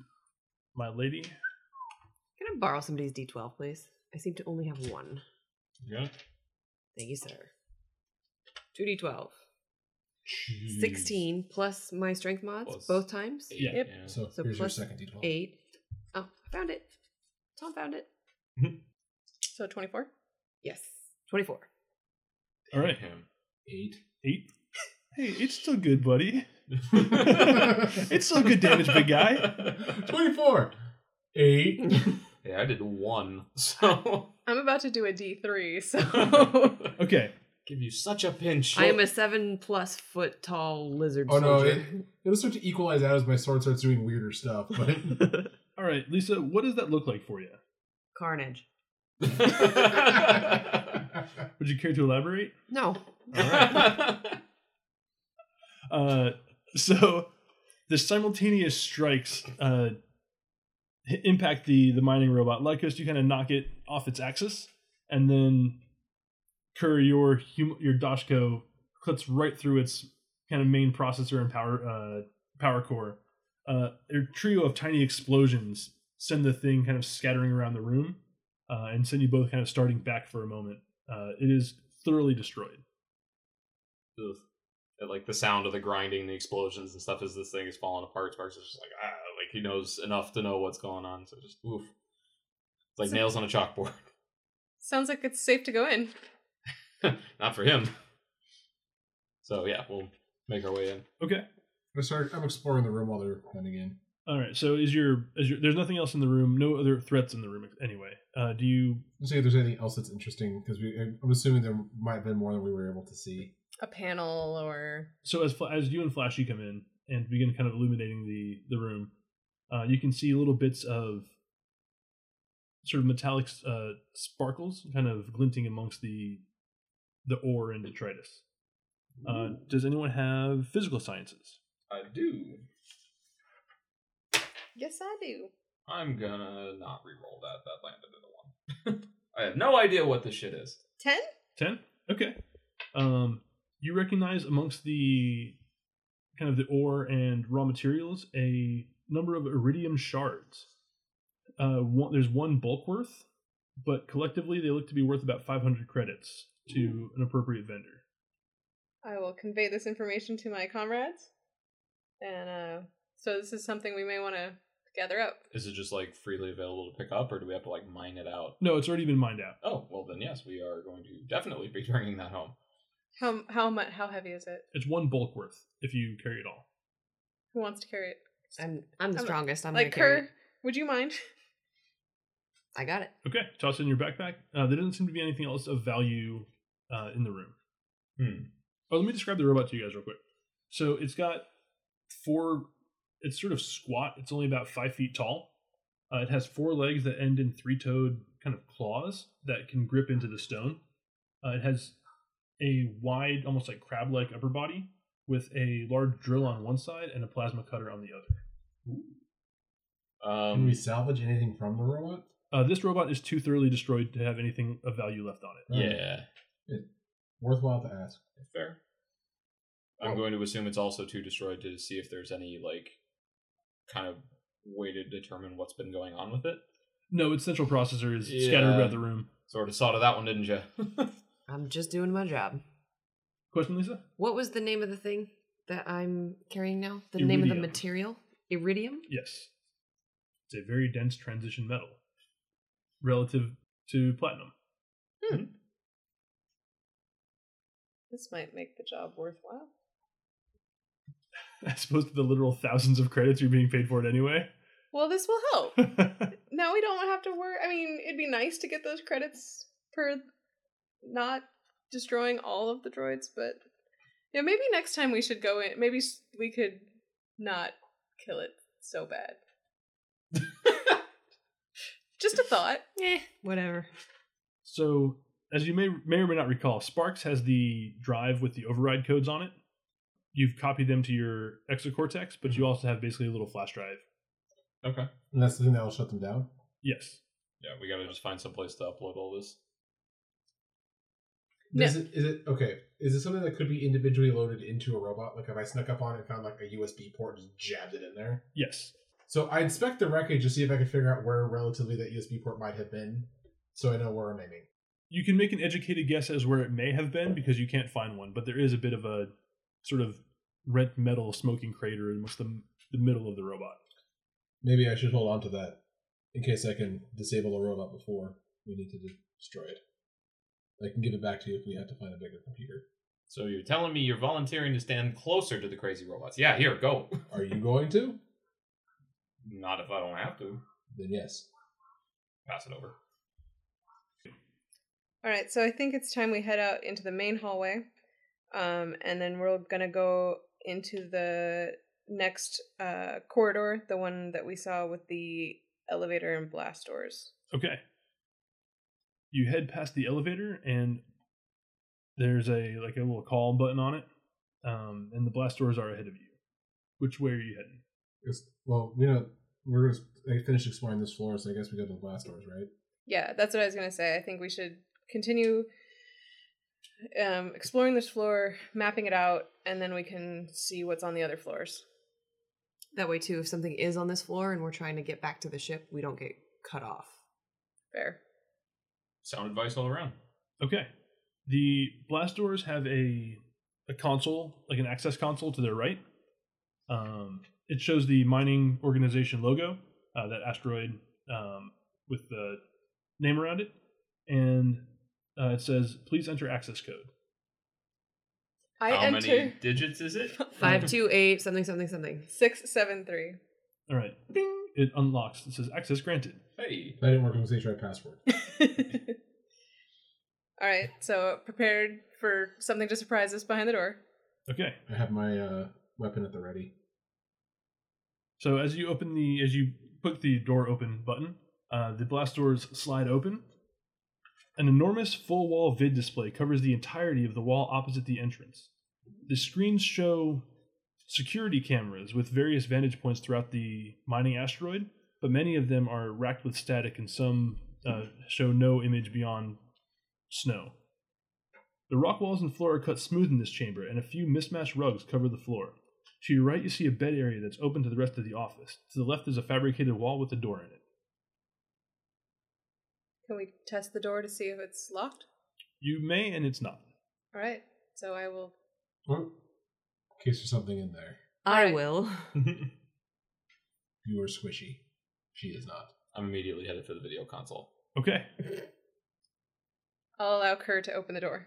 my lady. Can I borrow somebody's D12, please? I seem to only have one. yeah. Thank you, sir. 2D12. Mm-hmm. 16 plus my strength mods Plus both times. Yeah. Yep. yeah. So, So here's your plus second D twelve. Eight. Oh, I found it. Tom found it. So 24? Yes. 24. All right. Him. Eight. 8. Hey, it's still good, buddy. It's still good damage, big guy. Twenty four. Eight. yeah, I did one. So I'm about to do a D3, so. Okay. give you such a pinch. I am a seven plus foot tall lizard Oh no! It, soldier. it'll start to equalize out as my sword starts doing weirder stuff. But All right, Lisa, what does that look like for you? Carnage. Would you care to elaborate? No. All right. Uh, so the simultaneous strikes uh, h- impact the the mining robot. Lycos, you kind of knock it off its axis, and then Kur, your hum- your Doshko clips right through its kind of main processor and power uh, power core. Uh, their trio of tiny explosions send the thing kind of scattering around the room, uh, and send you both kind of starting back for a moment. Uh, it is thoroughly destroyed. Ugh. And, like the sound of the grinding, the explosions and stuff as this thing is falling apart. Sparks is just like ah, like he knows enough to know what's going on. So just oof, it's like So- nails on a chalkboard. Sounds like it's safe to go in. Not for him. So yeah, we'll make our way in. Okay. I start, I'm exploring the room while they're coming in. All right. So is your is your there's nothing else in the room? No other threats in the room anyway. Uh, do you? Let's see if there's anything else that's interesting because we. I'm assuming there might have been more than we were able to see. A panel or. So as Fla- as you and Flashy come in and begin kind of illuminating the the room, uh, you can see little bits of sort of metallic uh, sparkles kind of glinting amongst the the ore and detritus. Uh, does anyone have physical sciences? I do. Yes, I do. I'm gonna not re-roll that. That landed in a one. I have no idea what this shit is. 10? Ten. Okay. Um, you recognize amongst the kind of the ore and raw materials a number of iridium shards. Uh, one, there's one bulk worth, but collectively they look to be worth about 500 credits to an appropriate vendor. I will convey this information to my comrades. And uh, so this is something we may want to gather up. Is it just like freely available to pick up, or do we have to like mine it out? No, it's already been mined out. Oh well, then yes, we are going to definitely be bringing that home. How how much how heavy is it? It's one bulk worth if you carry it all. Who wants to carry it? I'm I'm the I'm- strongest. I'm like gonna carry her, it. would you mind? I got it. Okay, toss it in your backpack. Uh, there doesn't seem to be anything else of value uh, in the room. Hmm. Oh, let me describe the robot to you guys real quick. So it's got four. It's sort of squat. It's only about five feet tall. Uh, it has four legs that end in three-toed kind of claws that can grip into the stone. Uh, it has a wide, almost like crab-like upper body with a large drill on one side and a plasma cutter on the other. Um, Can we salvage anything from the robot? Uh, this robot is too thoroughly destroyed to have anything of value left on it. yeah, Worthwhile to ask. fair. I'm Oh. going to assume it's also too destroyed to see if there's any like kind of way to determine what's been going on with it. No, its central processor is scattered Yeah. about the room. Sort of saw to that one, didn't you? I'm just doing my job. Question, Lisa? What was the name of the thing that I'm carrying now? The name of Iridium. the material? Iridium? Yes. It's a very dense transition metal relative to platinum. This might make the job worthwhile. As opposed to the literal thousands of credits you're being paid for it anyway. Well, this will help. now we don't have to worry. I mean, it'd be nice to get those credits per not destroying all of the droids, but yeah, maybe next time we should go in. Maybe s- we could not kill it so bad. Just a thought. Eh, whatever. so, as you may, may or may not recall, Sparks has the drive with the override codes on it. You've copied them to your exocortex, but you also have basically a little flash drive. okay. And that's the thing that will shut them down. Yes. Yeah, we gotta just find some place to upload all this. No. Is it is it okay? Is it something that could be individually loaded into a robot? Like if I snuck up on it and found like a USB port and just jabbed it in there. Yes. So I inspect the wreckage to see if I can figure out where relatively that USB port might have been, so I know where I'm aiming. You can make an educated guess as where it may have been because you can't find one, but there is a bit of a sort of rent metal smoking crater amongst the, the middle of the robot. Maybe I should hold on to that in case I can disable a robot before we need to de- destroy it. I can give it back to you if we have to find a bigger computer. So you're telling me you're volunteering to stand closer to the crazy robots? Yeah, here, go. Are you going to? Not if I don't have to. Then yes. Pass it over. All right, so I think it's time we head out into the main hallway, um, and then we're gonna go into the next uh, corridor, the one that we saw with the elevator and blast doors. Okay. You head past the elevator and there's a like a little call button on it. Um, and the blast doors are ahead of you. Which way are you heading? It's- well, you know, we're just, I finished exploring this floor, so I guess we go to the blast doors, right? Yeah, that's what I was gonna say. I think we should continue um, exploring this floor, mapping it out, and then we can see what's on the other floors. That way, too, if something is on this floor and we're trying to get back to the ship, we don't get cut off. Fair. Sound advice all around. Okay. The blast doors have a a console, like an access console to their right. Um, it shows the mining organization logo, uh, that asteroid um, with the name around it, and uh, it says, "Please enter access code." I How enter many digits is it? Mm-hmm. Five, two, eight, something, something, something. six seven three. All right, ding! It unlocks. It says, "Access granted." Hey. I didn't work on the right password. All right, so prepared for something to surprise us behind the door. Okay. I have my uh, weapon at the ready. So as you open the as you put the door open button, uh, the blast doors slide open. An enormous full wall vid display covers the entirety of the wall opposite the entrance. The screens show security cameras with various vantage points throughout the mining asteroid, but many of them are racked with static and some uh, show no image beyond snow. The rock walls and floor are cut smooth in this chamber, and a few mismatched rugs cover the floor. To your right, you see a bed area that's open to the rest of the office. To the left is a fabricated wall with a door in it. Can we test the door to see if it's locked? You may, and it's not. All right, so I will. Well, in Oh, case there's something in there. I Alright. will. You are squishy. She is not. I'm immediately headed for the video console. Okay. I'll allow Kerr to open the door.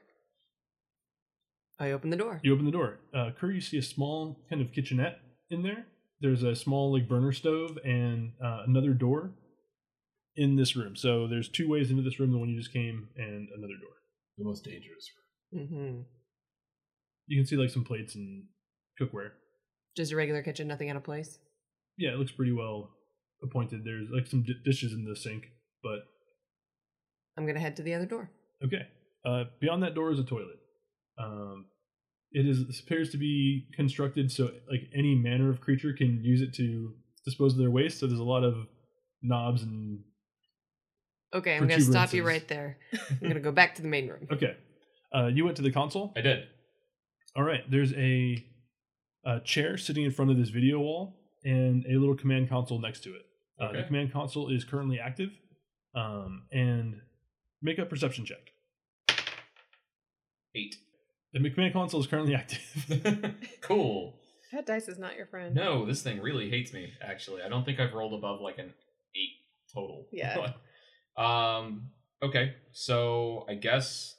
I open the door. You open the door. Uh, Kerr, you see a small kind of kitchenette in there. There's a small like burner stove and uh, another door in this room. So there's two ways into this room: the one you just came, and another door. The most dangerous. Mm-hmm. You can see like some plates and cookware. Just a regular kitchen, nothing out of place. Yeah, it looks pretty well appointed. There's like some di- dishes in the sink, but I'm gonna head to the other door. Okay. Uh, beyond that door is a toilet. Um, it is this appears to be constructed so like any manner of creature can use it to dispose of their waste. So there's a lot of knobs and Okay, I'm gonna stop you Protuberances. right there. I'm gonna go back to the main room. okay. Uh, you went to the console. I did. All right. There's a, a chair sitting in front of this video wall, and a little command console next to it. Uh, The Okay. command console is currently active. Um, and make a perception check. Eight. The command console is currently active. cool. That dice is not your friend. No, this thing really hates me. Actually, I don't think I've rolled above like an eight total. Yeah. um. Okay. So I guess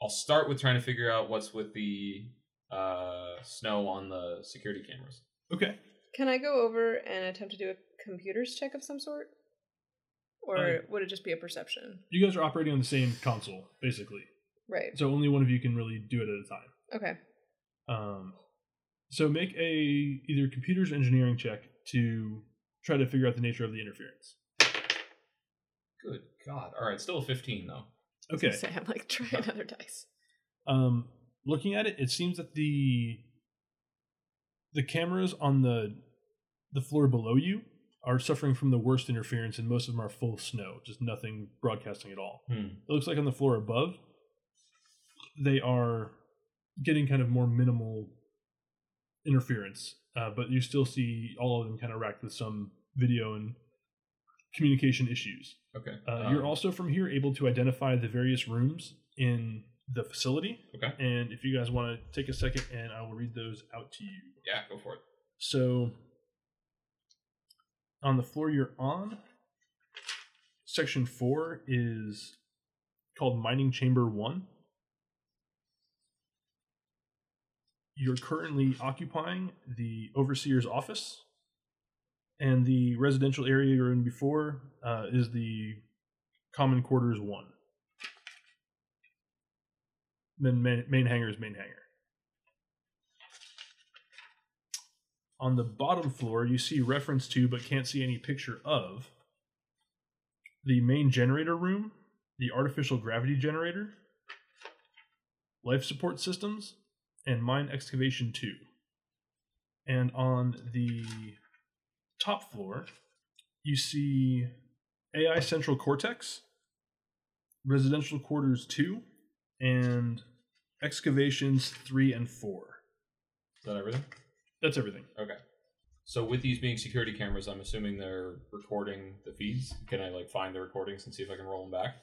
I'll start with trying to figure out what's with the uh, snow on the security cameras. okay. Can I go over and attempt to do a computers check of some sort? Or Uh, would it just be a perception? You guys are operating on the same console, basically. Right. So only one of you can really do it at a time. Okay. Um, so make a either computers engineering check to try to figure out the nature of the interference. Good God! All right, still a fifteen though. Okay. Say I'm like, try another dice. Um, looking at it, it seems that the the cameras on the the floor below you are suffering from the worst interference, and most of them are full of snow, just nothing broadcasting at all. Hmm. It looks like on the floor above, they are getting kind of more minimal interference, uh, but you still see all of them kind of racked with some video and communication issues. Okay. Uh, Um, you're also from here able to identify the various rooms in the facility. Okay. And if you guys want to take a second, and I will read those out to you. Yeah, go for it. So, on the floor you're on, section four is called Mining Chamber One. You're currently occupying the overseer's office, and the residential area you're in before uh, is the common quarters one. Then main, main hangar is main hangar. on the bottom floor you see reference to but can't see any picture of the main generator room the artificial gravity generator life support systems and mine excavation 2 and on the top floor you see ai central cortex residential quarters 2 and excavations 3 and 4 Is that everything? that's everything So with these being security cameras, I'm assuming they're recording the feeds. Can I like find the recordings and see if I can roll them back?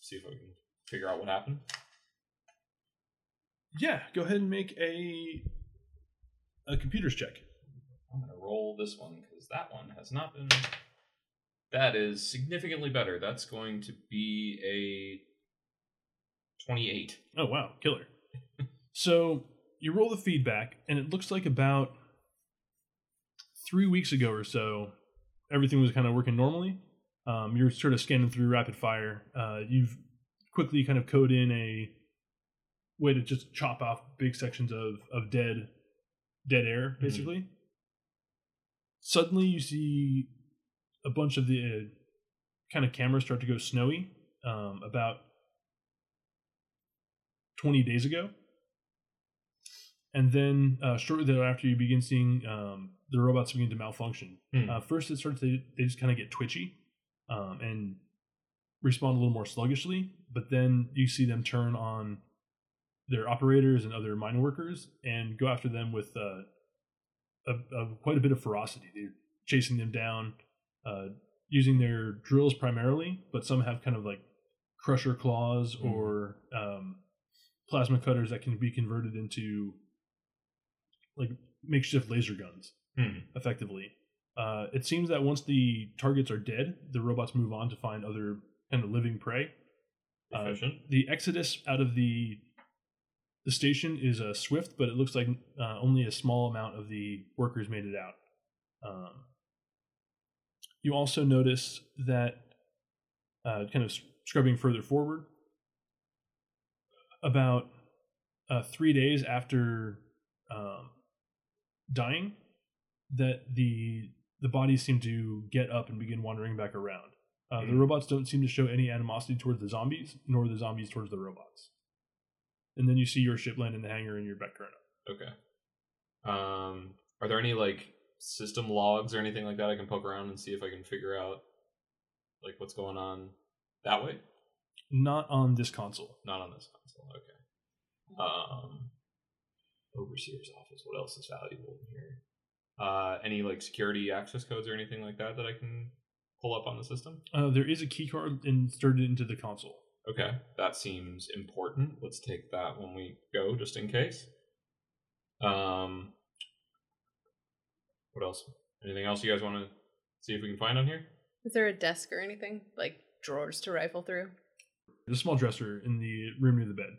See if I can figure out what happened. Yeah, go ahead and make a a computers check. I'm gonna roll this one because that one has not been. That is significantly better. That's going to be a twenty-eight. Oh wow, killer. so you roll the feedback, and it looks like about three weeks ago or so, everything was kind of working normally. Um, you're sort of scanning through rapid fire. Uh, you've quickly kind of code in a way to just chop off big sections of of dead dead air, basically. Suddenly, you see a bunch of the uh, kind of cameras start to go snowy. Um, about 20 days ago. And then uh, shortly thereafter, you begin seeing um, the robots begin to malfunction. Hmm. Uh, first, it starts to, they just kind of get twitchy um, and respond a little more sluggishly. But then you see them turn on their operators and other mine workers and go after them with uh, a, a, quite a bit of ferocity. They're chasing them down uh, using their drills primarily, but some have kind of like crusher claws Hmm. or um, plasma cutters that can be converted into like makeshift laser guns Hmm. effectively. Uh, it seems that once the targets are dead, the robots move on to find other kind of living prey. Uh, Efficient. the exodus out of the the station is uh, swift, but it looks like uh, only a small amount of the workers made it out. Um, you also notice that, uh, kind of s- scrubbing further forward, about uh, three days after um, dying, that the the bodies seem to get up and begin wandering back around. Uh, The Hmm. robots don't seem to show any animosity towards the zombies, nor the zombies towards the robots. And then you see your ship land in the hangar and you're back current. okay. Um, are there any like system logs or anything like that I can poke around and see if I can figure out like what's going on that way? Not on this console. Not on this console. Okay. Um, overseer's office. What else is valuable in here? Uh, any like security access codes or anything like that that I can pull up on the system? Uh, there is a key card inserted into the console. Okay, that seems important. Let's take that when we go, just in case. Um, what else? Anything else you guys want to see if we can find on here? Is there a desk or anything? Like drawers to rifle through? There's a small dresser in the room near the bed.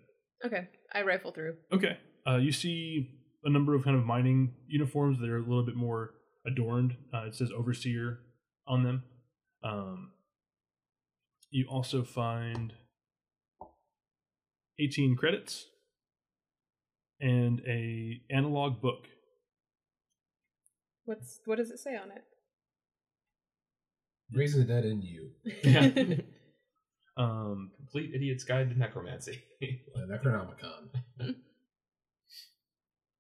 Okay, I rifle through. Okay. Uh, you see a number of kind of mining uniforms that are a little bit more adorned. Uh, it says overseer on them. Um, you also find 18 credits and a analog book. What's what does it say on Raising the dead in you. it? Um, Complete Idiot's Guide to Necromancy. Uh, Necronomicon.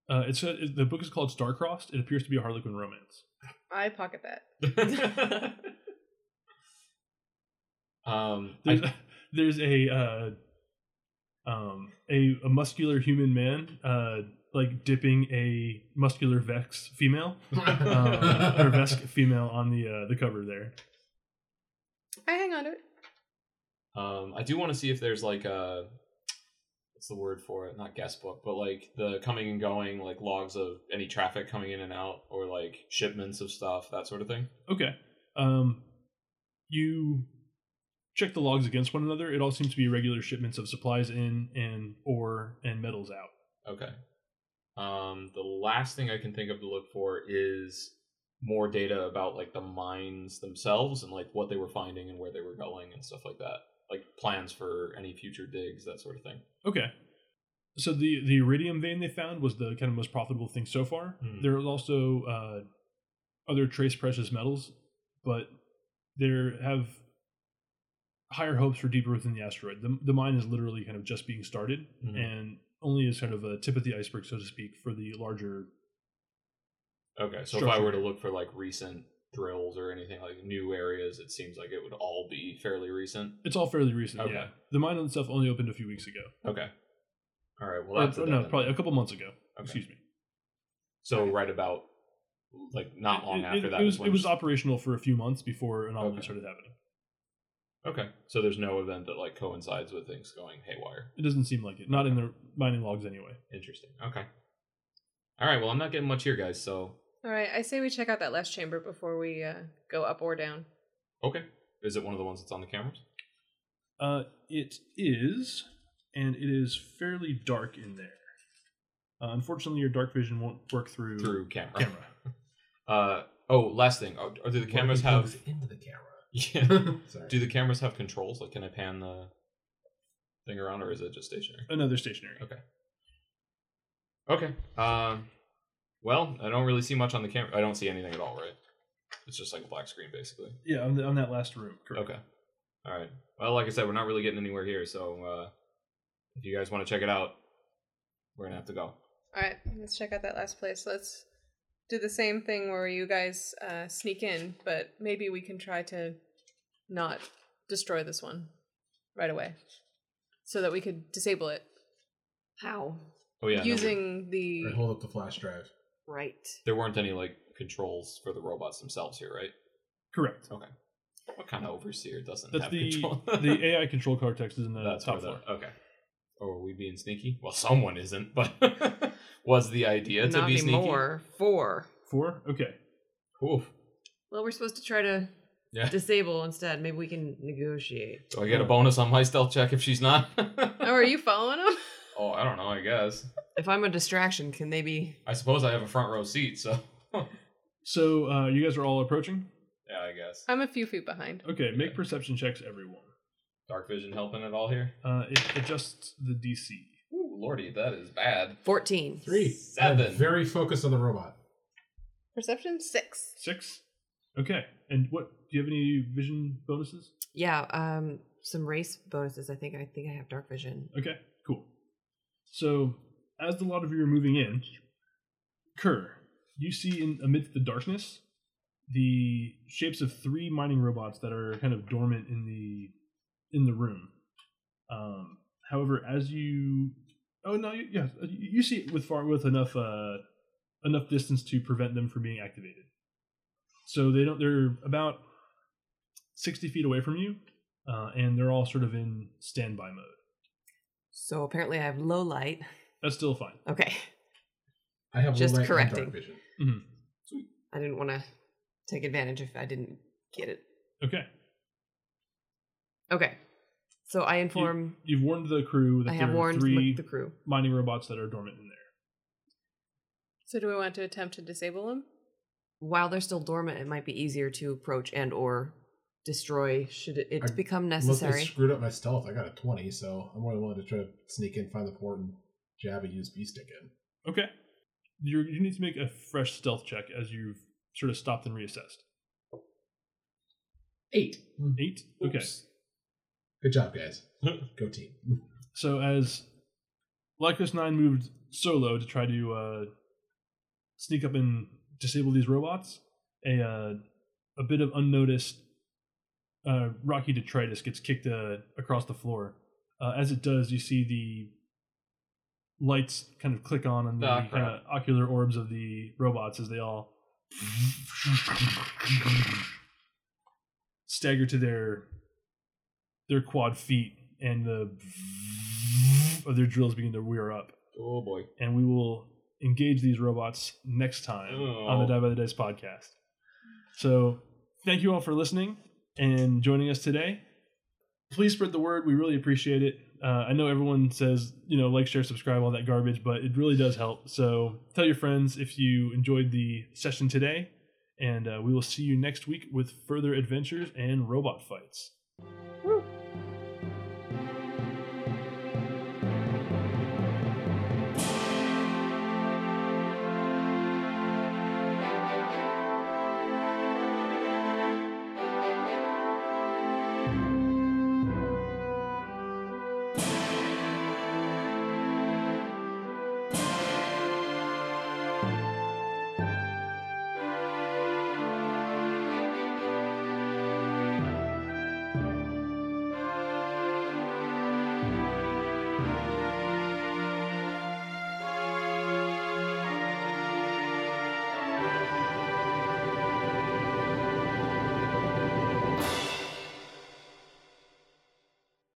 uh, it's a, it- the book is called Starcrossed. It appears to be a Harlequin romance. I pocket that. um, There's, there's a uh, um, a, a muscular human man uh, like dipping a muscular vex female um, or vex female on the uh, the cover there. I hang on to it. Um, I do want to see if there's like a what's the word for it? Not guessbook, but like the coming and going, like logs of any traffic coming in and out, or like shipments of stuff, that sort of thing. Okay. Um, you check the logs against one another. It all seems to be regular shipments of supplies in and ore and metals out. Okay. Um, the last thing I can think of to look for is more data about like the mines themselves and like what they were finding and where they were going and stuff like that. Like plans for any future digs, that sort of thing. Okay. So the the iridium vein they found was the kind of most profitable thing so far. Mhm. There was also uh, other trace precious metals, but there have higher hopes for deeper within the asteroid. The, the mine is literally kind of just being started Mhm. and only is kind of a tip of the iceberg, so to speak, for the larger. Okay, so if I Structure. were to look for like recent drills or anything like new areas, it seems like it would all be fairly recent. It's all fairly recent. Okay. Yeah, the mine itself only opened a few weeks ago. Okay. All right. Well, Or- that's a or dead Uh, no, end. probably a couple months ago. Okay. Excuse me. So right about like not long It- after it, that. it is was when- it was operational for a few months before anomalies Okay. started happening. okay. So there's no event that like coincides with things going haywire. It doesn't seem like it. Not in the mining logs anyway. Interesting. Okay. All right. Well, I'm not getting much here, guys. So All right, I say we check out that last chamber before we uh, go up or down. okay, is it one of the ones that's on the cameras? Uh, it is, and it is fairly dark in there. Uh, unfortunately, your dark vision won't work through. Through camera. Camera. Uh oh. Last thing. Are, are do the cameras What if have? it goes into the camera. Yeah. Sorry. Do the cameras have controls? Like, can I pan the thing around, or is it just stationary? Another stationary. Okay. Okay. Um. Well, I don't really see much on the camera. I don't see anything at all, right? It's just like a black screen, basically. Yeah, on, the, on that last room. Correct. Okay. All right. Well, like I said, we're not really getting anywhere here, so uh, if you guys want to check it out, we're gonna have to go. All right, let's check out that last place. Let's do the same thing where you guys uh, sneak in, but maybe we can try to not destroy this one right away, so that we could disable it How? Oh yeah. no, we- using the. Alright, hold up the flash drive. Right. there weren't any like controls for the robots themselves here, right? Correct. What kind of overseer doesn't That's have the control? the AI control cortex is in the That's top where floor. the- okay. Or are we being sneaky? Well, someone isn't, but was the idea to Not be anymore. Four. Four. Okay. sneaky? Oof. Well, we're supposed to try to Yeah. disable instead. Maybe we can negotiate. Do I get a bonus on my stealth check if she's not? Oh, are you following him? oh, I don't know. I guess. If I'm a distraction, can they be? I suppose I have a front row seat, so So uh, you guys are all approaching. yeah, I guess. I'm a few feet behind. Okay. Make Okay. perception checks, everyone. Dark vision helping at all here? Uh, it adjusts the DC. Ooh, lordy, that is bad. Fourteen. Three. Seven. I'm very focused on the robot. Perception six. Six. Okay. And what do you have any vision bonuses? Yeah. Um. Some race bonuses. I think. I think I have dark vision. Okay, cool. So, as the lot of you are moving in, Kerr, you see in amidst the darkness the shapes of three mining robots that are kind of dormant in the in the room. Um, however, as you oh no, you, yeah, you you see it with far with enough uh, enough distance to prevent them from being activated. So they don't. They're about sixty feet away from you, uh, and they're all sort of in standby mode. So apparently I have low light. That's still fine. Okay. I have low Just light and dark correcting. vision. I didn't want to take advantage if I didn't get it. Okay, Okay. So I inform you've warned the crew that I there have are warned three the, the crew. mining robots that are dormant in there. So do we want to attempt to disable him? While they're still dormant, it might be easier to approach and or destroy should it I- become Unless I necessary. screwed up my stealth, I got a twenty, so I'm more than willing to try to sneak in, find the port, and jab a USB stick in. Okay, you you need to make a fresh stealth check as you've sort of stopped and reassessed. Eight. Eight. Okay. Oops. Good job, guys. Go team. So as Lycos Nine moved solo to try to uh, sneak up and disable these robots, a uh, a bit of unnoticed uh, rocky detritus gets kicked uh, across the floor. Uh, as it does, you see the lights kind of click on on the Ah, kind crap. of ocular orbs of the robots as they all stagger to their their quad feet and the of their drills begin to wear up. Oh boy. And we will engage these robots next time on the Oh. Die by the Dice podcast. So thank you all for listening and joining us today. Please spread the word. We really appreciate it. Uh, I know everyone says, you know, like, share, subscribe, all that garbage, but it really does help. So tell your friends if you enjoyed the session today. And uh, we will see you next week with further adventures and robot fights. Woo.